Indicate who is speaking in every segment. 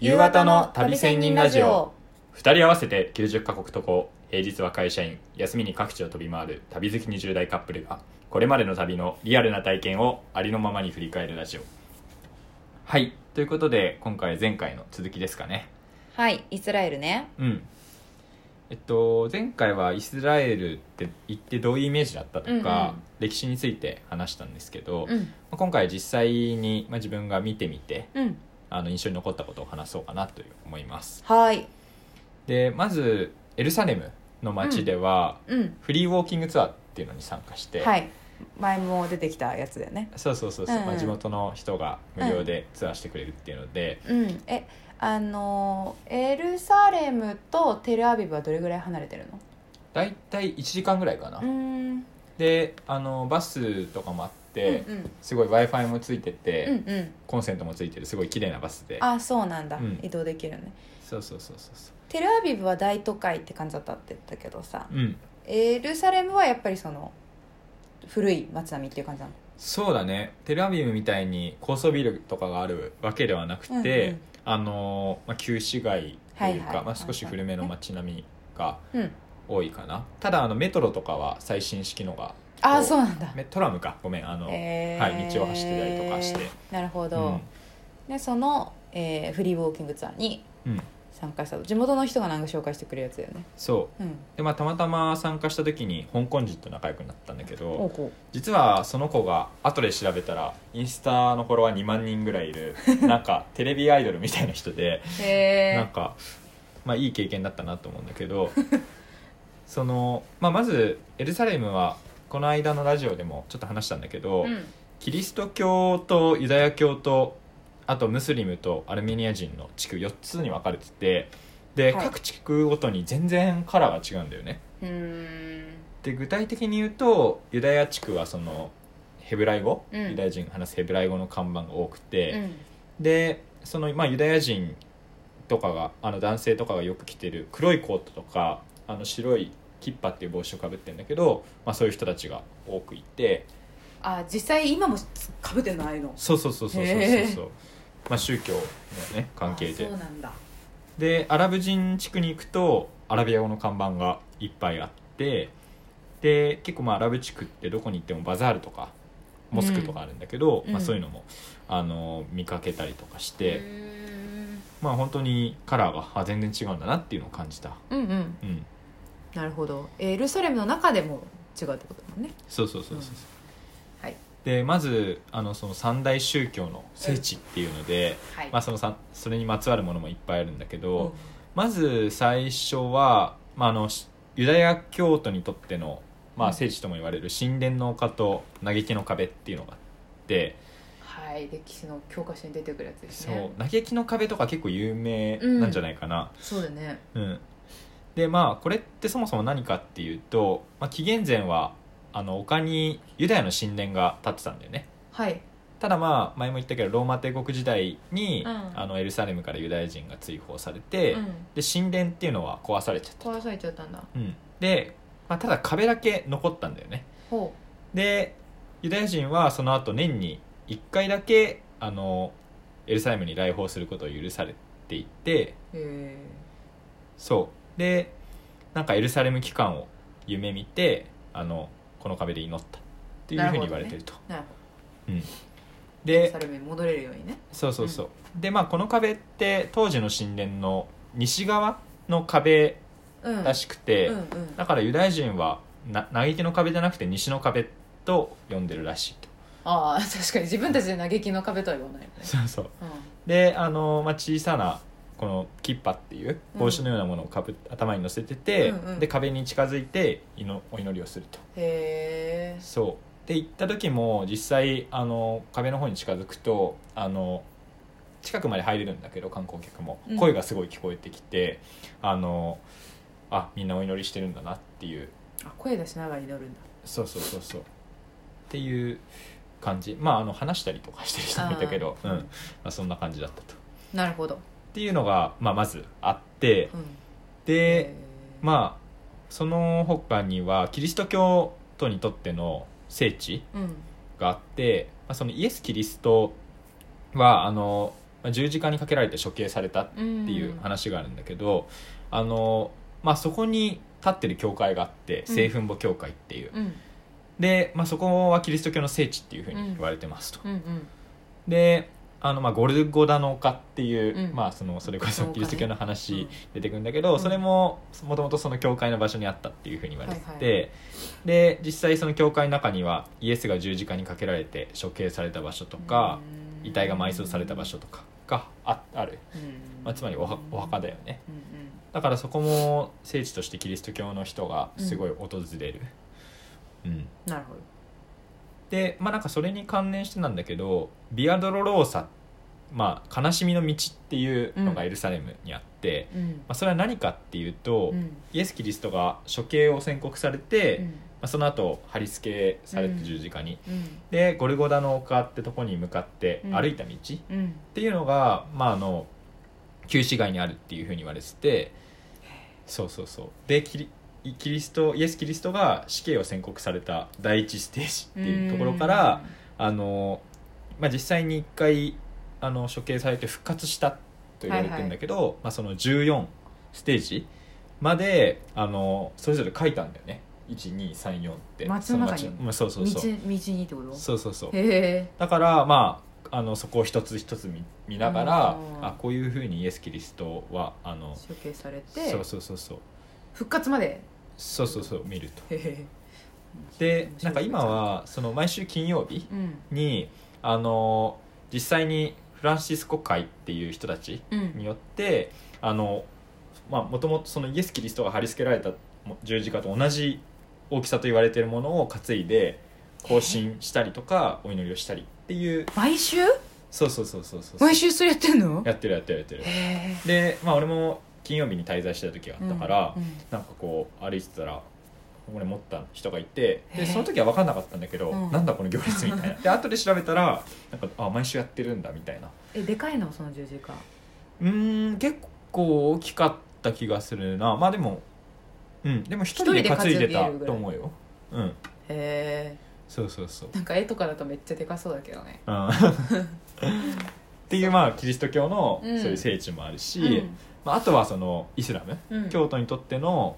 Speaker 1: 夕方の旅仙人ラジオ
Speaker 2: 2人合わせて90カ国渡航平日は会社員休みに各地を飛び回る旅好き20代カップルがこれまでの旅のリアルな体験をありのままに振り返るラジオはいということで今回前回の続きですかね
Speaker 1: はいイスラエルね
Speaker 2: うんえっと前回はイスラエルって行ってどういうイメージだったとか、
Speaker 1: うんうん
Speaker 2: 歴史について話したんですけど、ま
Speaker 1: ん
Speaker 2: あ今回実際に、まあ、自分が見てみて
Speaker 1: うん
Speaker 2: あの印象に残ったことを話そうかなという思います
Speaker 1: はい
Speaker 2: でまずエルサレムの街では、
Speaker 1: うん
Speaker 2: フリーウォーキングツアーっていうのに参加して、
Speaker 1: はい前も出てきたやつだよね
Speaker 2: そうそうそうそう、
Speaker 1: うんうん
Speaker 2: まあ、地元の人が無料でツアーしてくれるっていうので、
Speaker 1: うんえあのーエルサレムとテルアビブはどれぐらい離れてるの
Speaker 2: だいたい1時間ぐらいかな、
Speaker 1: うーん
Speaker 2: であのバスとかもあって、
Speaker 1: うんうん
Speaker 2: すごい w i f i もついてて、
Speaker 1: うんうん
Speaker 2: コンセントもついてるすごい綺麗なバスで
Speaker 1: あそうなんだ、
Speaker 2: うん
Speaker 1: 移動できるね
Speaker 2: そうそうそうそうそ
Speaker 1: テルアビブは大都会って感じだったって言ったけどさ
Speaker 2: ううん
Speaker 1: エルサレムはやっぱりその古い街並みっていう感じなの
Speaker 2: そうだねテルアビブみたいに高層ビルとかがあるわけではなくて、
Speaker 1: うんうん
Speaker 2: あのまあ、旧市街というか、
Speaker 1: はいはい
Speaker 2: まあ、少し古めの街並みが
Speaker 1: うん
Speaker 2: 多いかなただあのメトロとかは最新式のが
Speaker 1: あ
Speaker 2: こ
Speaker 1: あそうなんだ
Speaker 2: メトラムかごめんあの、
Speaker 1: え
Speaker 2: はい道を走ってたりとかして
Speaker 1: なるほ
Speaker 2: う
Speaker 1: ど、でその、えーフリーウォーキングツアーに
Speaker 2: ん、うん
Speaker 1: 参加したと地元の人がなんか紹介してくれるやつだよね
Speaker 2: そう
Speaker 1: うん
Speaker 2: でまあたまたま参加した時に香港人と仲良くなったんだけ
Speaker 1: おう
Speaker 2: ど
Speaker 1: こ
Speaker 2: 実はその子が後で調べたらインスタのフォロワー2万人ぐらいいる なんかテレビアイドルみたいな人で
Speaker 1: うへ
Speaker 2: なん
Speaker 1: え
Speaker 2: か、まあ、いい経験だったなと思うんだけど その、まあ、まずエルサレムはこの間のラジオでもちょっと話したんだけど、
Speaker 1: うん
Speaker 2: キリスト教とユダヤ教とあとムスリムとアルメニア人の地区4つに分かれててで、
Speaker 1: はい
Speaker 2: 各地区ごとに全然カラーが違うんだよね
Speaker 1: うーん
Speaker 2: で具体的に言うとユダヤ地区はそのヘブライ語、
Speaker 1: うん
Speaker 2: ユダヤ人が話すヘブライ語の看板が多くて、
Speaker 1: うん
Speaker 2: でその、まあ、ユダヤ人とかがあの男性とかがよく着てる黒いコートとかあの白いキッパっていう帽子をかぶってるんだけど、まあ、そういう人たちが多くいて
Speaker 1: あ実際今もかぶってないの
Speaker 2: そうそうそうそうそうそうそう、まあ、宗教の、ね、関係
Speaker 1: あ
Speaker 2: で
Speaker 1: そうなんだ
Speaker 2: でアラブ人地区に行くとアラビア語の看板がいっぱいあってで結構まあアラブ地区ってどこに行ってもバザールとかモスクとかあるんだけど、
Speaker 1: うん
Speaker 2: まあ、
Speaker 1: うん
Speaker 2: そういうのもあの見かけたりとかし
Speaker 1: う
Speaker 2: て。
Speaker 1: ーん
Speaker 2: まあ本当にカラーがあ全然違うんだなっていうのを感じた
Speaker 1: うんうん
Speaker 2: うん
Speaker 1: なるほどエルサレムの中でも違うってことだもんね
Speaker 2: そうそうそうそう、
Speaker 1: うんはい
Speaker 2: でまずあのその三大宗教の聖地っていうので、
Speaker 1: はい
Speaker 2: まあ、そのさそれにまつわるものもいっぱいあるんだけ
Speaker 1: う
Speaker 2: ど、
Speaker 1: ん
Speaker 2: まず最初は、まあ、あのしユダヤ教徒にとっての、ま
Speaker 1: うん
Speaker 2: あ、聖地とも言われる神殿の丘と嘆きの壁っていうのがあって、
Speaker 1: はい歴史の教科書に出てくるやつです
Speaker 2: そう
Speaker 1: ね
Speaker 2: 嘆きの壁とか結構有名なんじゃないかな、
Speaker 1: そうだね
Speaker 2: うん、でまあこれってそもそも何かっていうと、まあ、紀元前はあの丘にユダヤの神殿が建ってたんだよね
Speaker 1: はい
Speaker 2: ただまあ前も言ったけどローマ帝国時代に、
Speaker 1: うん
Speaker 2: あのエルサレムからユダヤ人が追放されて、
Speaker 1: うん
Speaker 2: で神殿っていうのは壊されちゃった、
Speaker 1: 壊されちゃったんだ
Speaker 2: うん、で、まあ、ただ壁だけ残ったんだよね
Speaker 1: ほ
Speaker 2: でユダヤ人はその後年に1回だけあのエルサレムに来訪することを許されていて
Speaker 1: うへえ
Speaker 2: そうでなんかエルサレム期間を夢見てあのこの壁で祈ったっていうふうに言われてると
Speaker 1: なるほどエル
Speaker 2: で
Speaker 1: サレムに戻れるようにね
Speaker 2: そうそうそう、でまあこの壁って当時の神殿の西側の壁
Speaker 1: うん
Speaker 2: らしくて、
Speaker 1: うんうん
Speaker 2: だからユダヤ人はな嘆きの壁じゃなくて西の壁と呼んでるらしいと
Speaker 1: ああ確かに自分たちで嘆きの壁とは言わないよね、
Speaker 2: そうそう
Speaker 1: うん、
Speaker 2: であの、まあ、小さなこのキッパっていう帽子のようなものをかぶっ頭に乗せてて、
Speaker 1: うんうん
Speaker 2: で壁に近づいて祈お祈りをすると
Speaker 1: へえ
Speaker 2: そうで行った時も実際あの壁の方に近づくとあの近くまで入れるんだけど観光客も
Speaker 1: うん
Speaker 2: 声がすごい聞こえてきて、あのあみんなお祈りしてるんだなっていう
Speaker 1: 声出しながら祈るんだ
Speaker 2: そうそうそうそうっていう感じまああの話したりとかしてる人もいたけど、
Speaker 1: あ
Speaker 2: う
Speaker 1: ー
Speaker 2: んまあ、そんな感じだったと。っ
Speaker 1: なるほど、
Speaker 2: ていうのが、まあ、まずあって
Speaker 1: うん、
Speaker 2: で、
Speaker 1: あ
Speaker 2: まあその他にはキリスト教徒にとっての聖地
Speaker 1: うん
Speaker 2: があって、まあ、そのイエス・キリストはあのまあ、十字架にかけられて処刑されたって
Speaker 1: てい
Speaker 2: いう話があるんだけど、あのまあ、そこに立ってる教会があって
Speaker 1: うん
Speaker 2: 聖墳墓教会っていう、
Speaker 1: うん
Speaker 2: で、まあ、そこはキリスト教の聖地っていうふうに言われてますと、
Speaker 1: うんうん
Speaker 2: であのまあゴルゴダの丘っていう、
Speaker 1: うん
Speaker 2: まあ、そのそれこそ
Speaker 1: 丘ね
Speaker 2: キリスト教の話出てくるんだけ
Speaker 1: う
Speaker 2: ど、
Speaker 1: ん
Speaker 2: それももともとその教会の場所にあったっていうふうに言われてて、
Speaker 1: はい
Speaker 2: で実際その教会の中にはイエスが十字架にかけられて処刑された場所とか、
Speaker 1: うん
Speaker 2: 遺体が埋葬された場所とかがあある、
Speaker 1: うん
Speaker 2: まあ、つまりおはお墓だよね
Speaker 1: うん
Speaker 2: だからそこも聖地としてキリスト教の人がすごい訪れる、うん、
Speaker 1: うんなるほど
Speaker 2: でまあなんかそれに関連してなんだけどビアドロローサ、まあ、悲しみの道っていうのがエルサレムにあって、
Speaker 1: うん
Speaker 2: まあ、それは何かっていうと、
Speaker 1: うん
Speaker 2: イエス・キリストが処刑を宣告されて、
Speaker 1: う
Speaker 2: ま
Speaker 1: ん
Speaker 2: あ、その後貼り付けされて十字架に、
Speaker 1: うん
Speaker 2: でゴルゴダの丘ってとこに向かって歩いた道っ
Speaker 1: うん
Speaker 2: ていうのが、まあ、あの旧市街にあるっていうふうに言われててそうそうそうでキリキリストイエス・キリストが死刑を宣告された第一ステージっていうところから、あの、まあ、実際に一回あの処刑されて復活したと言われてるんだけど、まあ、その14ステージまであのそれぞれ書いたんだよね1234って
Speaker 1: 街の中に
Speaker 2: そまあ、そうそううんそう
Speaker 1: 道道にってこと
Speaker 2: そうそうそう
Speaker 1: へ
Speaker 2: だからまああのそこを一つ一つ見見ながら
Speaker 1: うん
Speaker 2: あこういうふうにイエス・キリストはあの
Speaker 1: え処刑されて
Speaker 2: そうそうそうそう
Speaker 1: 復活まで
Speaker 2: そうそうそう見ると
Speaker 1: へえ
Speaker 2: でなんか今はその毎週金曜日、
Speaker 1: うん
Speaker 2: にあの実際にフランシスコ会っていう人たち
Speaker 1: うん
Speaker 2: によってあのまあもともとそのイエス・キリストが貼り付けられた十字架と同じ大きさと言われているものを担いで行進したりとかお祈りをしたりっていう
Speaker 1: 毎週
Speaker 2: そうそうそうそうそう
Speaker 1: 毎週それやってんの
Speaker 2: やってるやってるやってる
Speaker 1: へえ
Speaker 2: でまあ俺も金曜日に滞在してた時があったから、
Speaker 1: うんうん
Speaker 2: なんかこう歩いてたらこれ持った人がいて
Speaker 1: へえ
Speaker 2: でその時は分かんなかったんだけど、
Speaker 1: うん
Speaker 2: なんだこの行列みたい なで後で調べたらなんかあ毎週やってるんだみたいな
Speaker 1: えでかいのその十字架
Speaker 2: うーん結構大きかった気がするなまあでもうんでも一人で
Speaker 1: 一人で
Speaker 2: 担いで
Speaker 1: 担
Speaker 2: た
Speaker 1: いでるぐらい
Speaker 2: と思うようん
Speaker 1: へえ
Speaker 2: そうそうそう、
Speaker 1: なんか絵とかだとめっちゃでかそうだけどね
Speaker 2: うん、っていうまあキリスト教のそううんいう聖地もあるし、
Speaker 1: うん
Speaker 2: まあ、あとはそのイスラム
Speaker 1: うん
Speaker 2: 京都にとっての、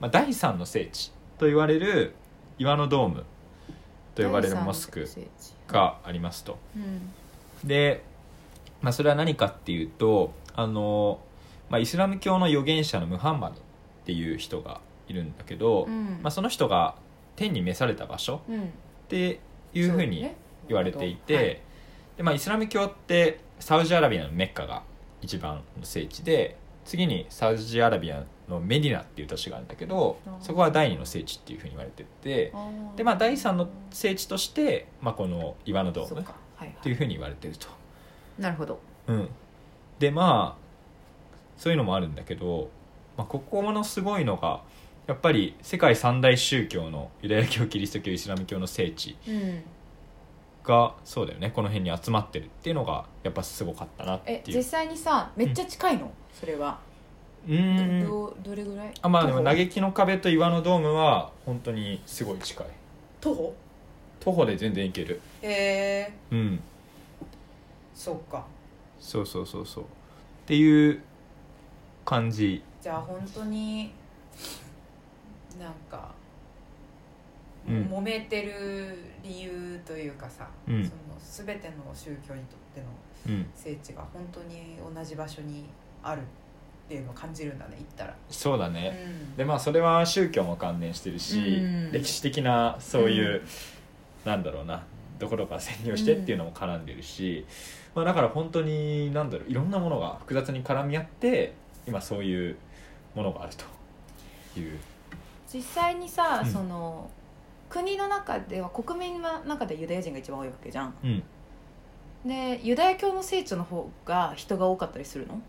Speaker 2: まあ、第三の聖地と言われる岩のドームと呼ばれるモスクがありますと。
Speaker 1: うん
Speaker 2: で、まあ、それは何かっていうとあの、まあ、イスラム教の預言者のムハンマドっていう人がいるんだけど、
Speaker 1: うん
Speaker 2: まあ、その人が天に召された場所
Speaker 1: うん
Speaker 2: っていうふうに言われていて、でまあ、イスラム教ってサウジアラビアのメッカが一番の聖地で次にサウジアラビアのメディナっていう都市があるんだけど
Speaker 1: あー
Speaker 2: そこは第二の聖地っていうふうに言われててで、まあ、第三の聖地として、まあ、この岩のドームっ
Speaker 1: って
Speaker 2: いうふうに言われてると。
Speaker 1: なるほど
Speaker 2: うん、でまあそういうのもあるんだけど、まあ、ここのすごいのがやっぱり世界三大宗教のユダヤ教キリスト教イスラム教の聖地
Speaker 1: うん
Speaker 2: がそうだよねこの辺に集まってるっていうのがやっぱすごかったなっ
Speaker 1: え
Speaker 2: てい
Speaker 1: 実
Speaker 2: う
Speaker 1: 際にさめっちゃ近いのそれは
Speaker 2: うーん
Speaker 1: どうどれぐらい
Speaker 2: あまあでも
Speaker 1: 徒歩
Speaker 2: 嘆きの壁と岩のドームは本当にすごい近い
Speaker 1: 徒歩
Speaker 2: 徒歩で全然行ける
Speaker 1: へえ
Speaker 2: うん
Speaker 1: そうか
Speaker 2: そうそうそうそうっていう感じ
Speaker 1: じゃあ本当になんか、
Speaker 2: うん
Speaker 1: 揉めてる理由というかさ、
Speaker 2: うん
Speaker 1: その全ての宗教にとっての
Speaker 2: うん
Speaker 1: 聖地が本当に同じ場所にあるっていうのを感じるんだね行ったら。
Speaker 2: そうだね、
Speaker 1: うん
Speaker 2: でまあそれは宗教も関連してるし、
Speaker 1: うん
Speaker 2: 歴史的なそういう、
Speaker 1: う
Speaker 2: なんだろうなどころから占領してっていうのも絡んでるし、まあ、だから本当になんだろういろんなものが複雑に絡み合って今そういうものがあるという
Speaker 1: 実際にさ、
Speaker 2: うん
Speaker 1: その国の中では国民の中でユダヤ人が一番多いわけじゃん
Speaker 2: うん
Speaker 1: でユダヤ教の聖地の方が人が多かったりするの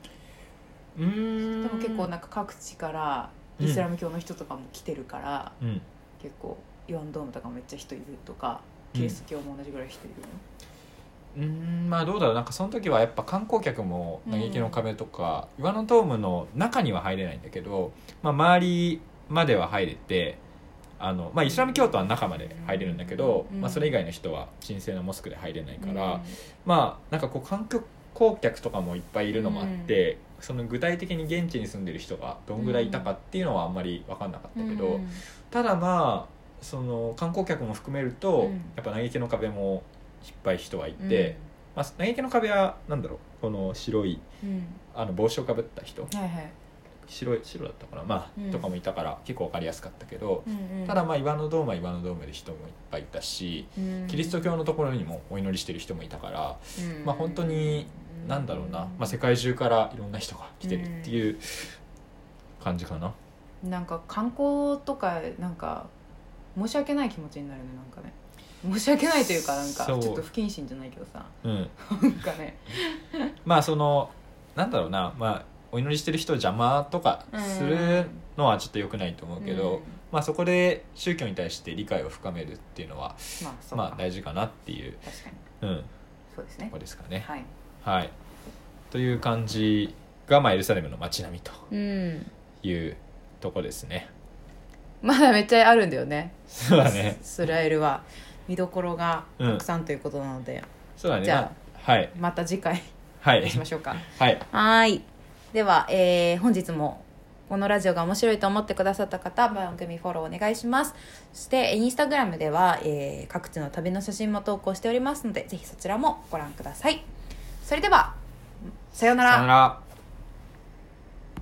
Speaker 2: うん
Speaker 1: でも結構なんか各地からイスラム教の人とかも来てるから、
Speaker 2: うん
Speaker 1: 結構イオンドームとかめっちゃ人いるとかキリスト教も同じぐらい人いるの、
Speaker 2: うんまあどうだろうなんかその時はやっぱ観光客も「嘆きの壁」とか、岩のドームの中には入れないんだけど、まあ、周りまでは入れてあの、まあ、イスラム教徒は中まで入れるんだけど、
Speaker 1: うん
Speaker 2: まあ、それ以外の人は神聖なモスクで入れないから、
Speaker 1: うん
Speaker 2: まあなんかこう観客光客とかもいっぱいいるのもあって、その具体的に現地に住んでる人がどんぐらいいたかっていうのはあんまり分かんなかったけど、
Speaker 1: うん
Speaker 2: ただまあその観光客も含めると、
Speaker 1: うん
Speaker 2: やっぱ嘆きの壁もいっぱい人はいて、まあ、嘆きの壁はなんだろうこの白い
Speaker 1: うん
Speaker 2: あの帽子をかぶった人
Speaker 1: うんはいはい
Speaker 2: 白い白だったかな、まあ
Speaker 1: うん
Speaker 2: とかもいたから結構分かりやすかったけど、
Speaker 1: うんうん
Speaker 2: ただまあ岩のドームは岩のドームで人もいっぱいいたし
Speaker 1: うん
Speaker 2: キリスト教のところにもお祈りしてる人もいたから、
Speaker 1: うん
Speaker 2: まあ本当になんだろうな、まあ、世界中からいろんな人が来てるっていう感じかな。
Speaker 1: なんか観光とかなんか申し訳ない気持ちになるねなんかね申し訳ないというかなんかち
Speaker 2: そ
Speaker 1: ょ
Speaker 2: う
Speaker 1: っと不謹慎じゃないけど さ
Speaker 2: うん、
Speaker 1: なんかね
Speaker 2: まあそのなんだろうな、まあ、お祈りしてる人を邪魔とかするのはちょっと良くないと思うけど、
Speaker 1: うん
Speaker 2: まあ、そこで宗教に対して理解を深めるっていうのは、
Speaker 1: まあそうか、
Speaker 2: まあ、大事かなっていう、
Speaker 1: 確かに
Speaker 2: うん、
Speaker 1: そうです
Speaker 2: と
Speaker 1: ね
Speaker 2: こですかね。
Speaker 1: はい
Speaker 2: はい、という感じが、まあ、エルサレムの街並みと
Speaker 1: うん
Speaker 2: いうとこですね。
Speaker 1: まだめっちゃあるんだよね
Speaker 2: そうだね
Speaker 1: イスラエルは見どころが
Speaker 2: うん
Speaker 1: たくさんということなので、
Speaker 2: そうだね
Speaker 1: じ
Speaker 2: ま
Speaker 1: ゃ
Speaker 2: あはい
Speaker 1: また次回
Speaker 2: は
Speaker 1: に
Speaker 2: い
Speaker 1: しましょうか
Speaker 2: はい
Speaker 1: はいでは、えー本日もこのラジオが面白いと思ってくださった方番組フォローお願いしますそしてインスタグラムでは、えー各地の旅の写真も投稿しておりますのでぜひそちらもご覧くださいそれではさような
Speaker 2: さよ
Speaker 1: ら
Speaker 2: なら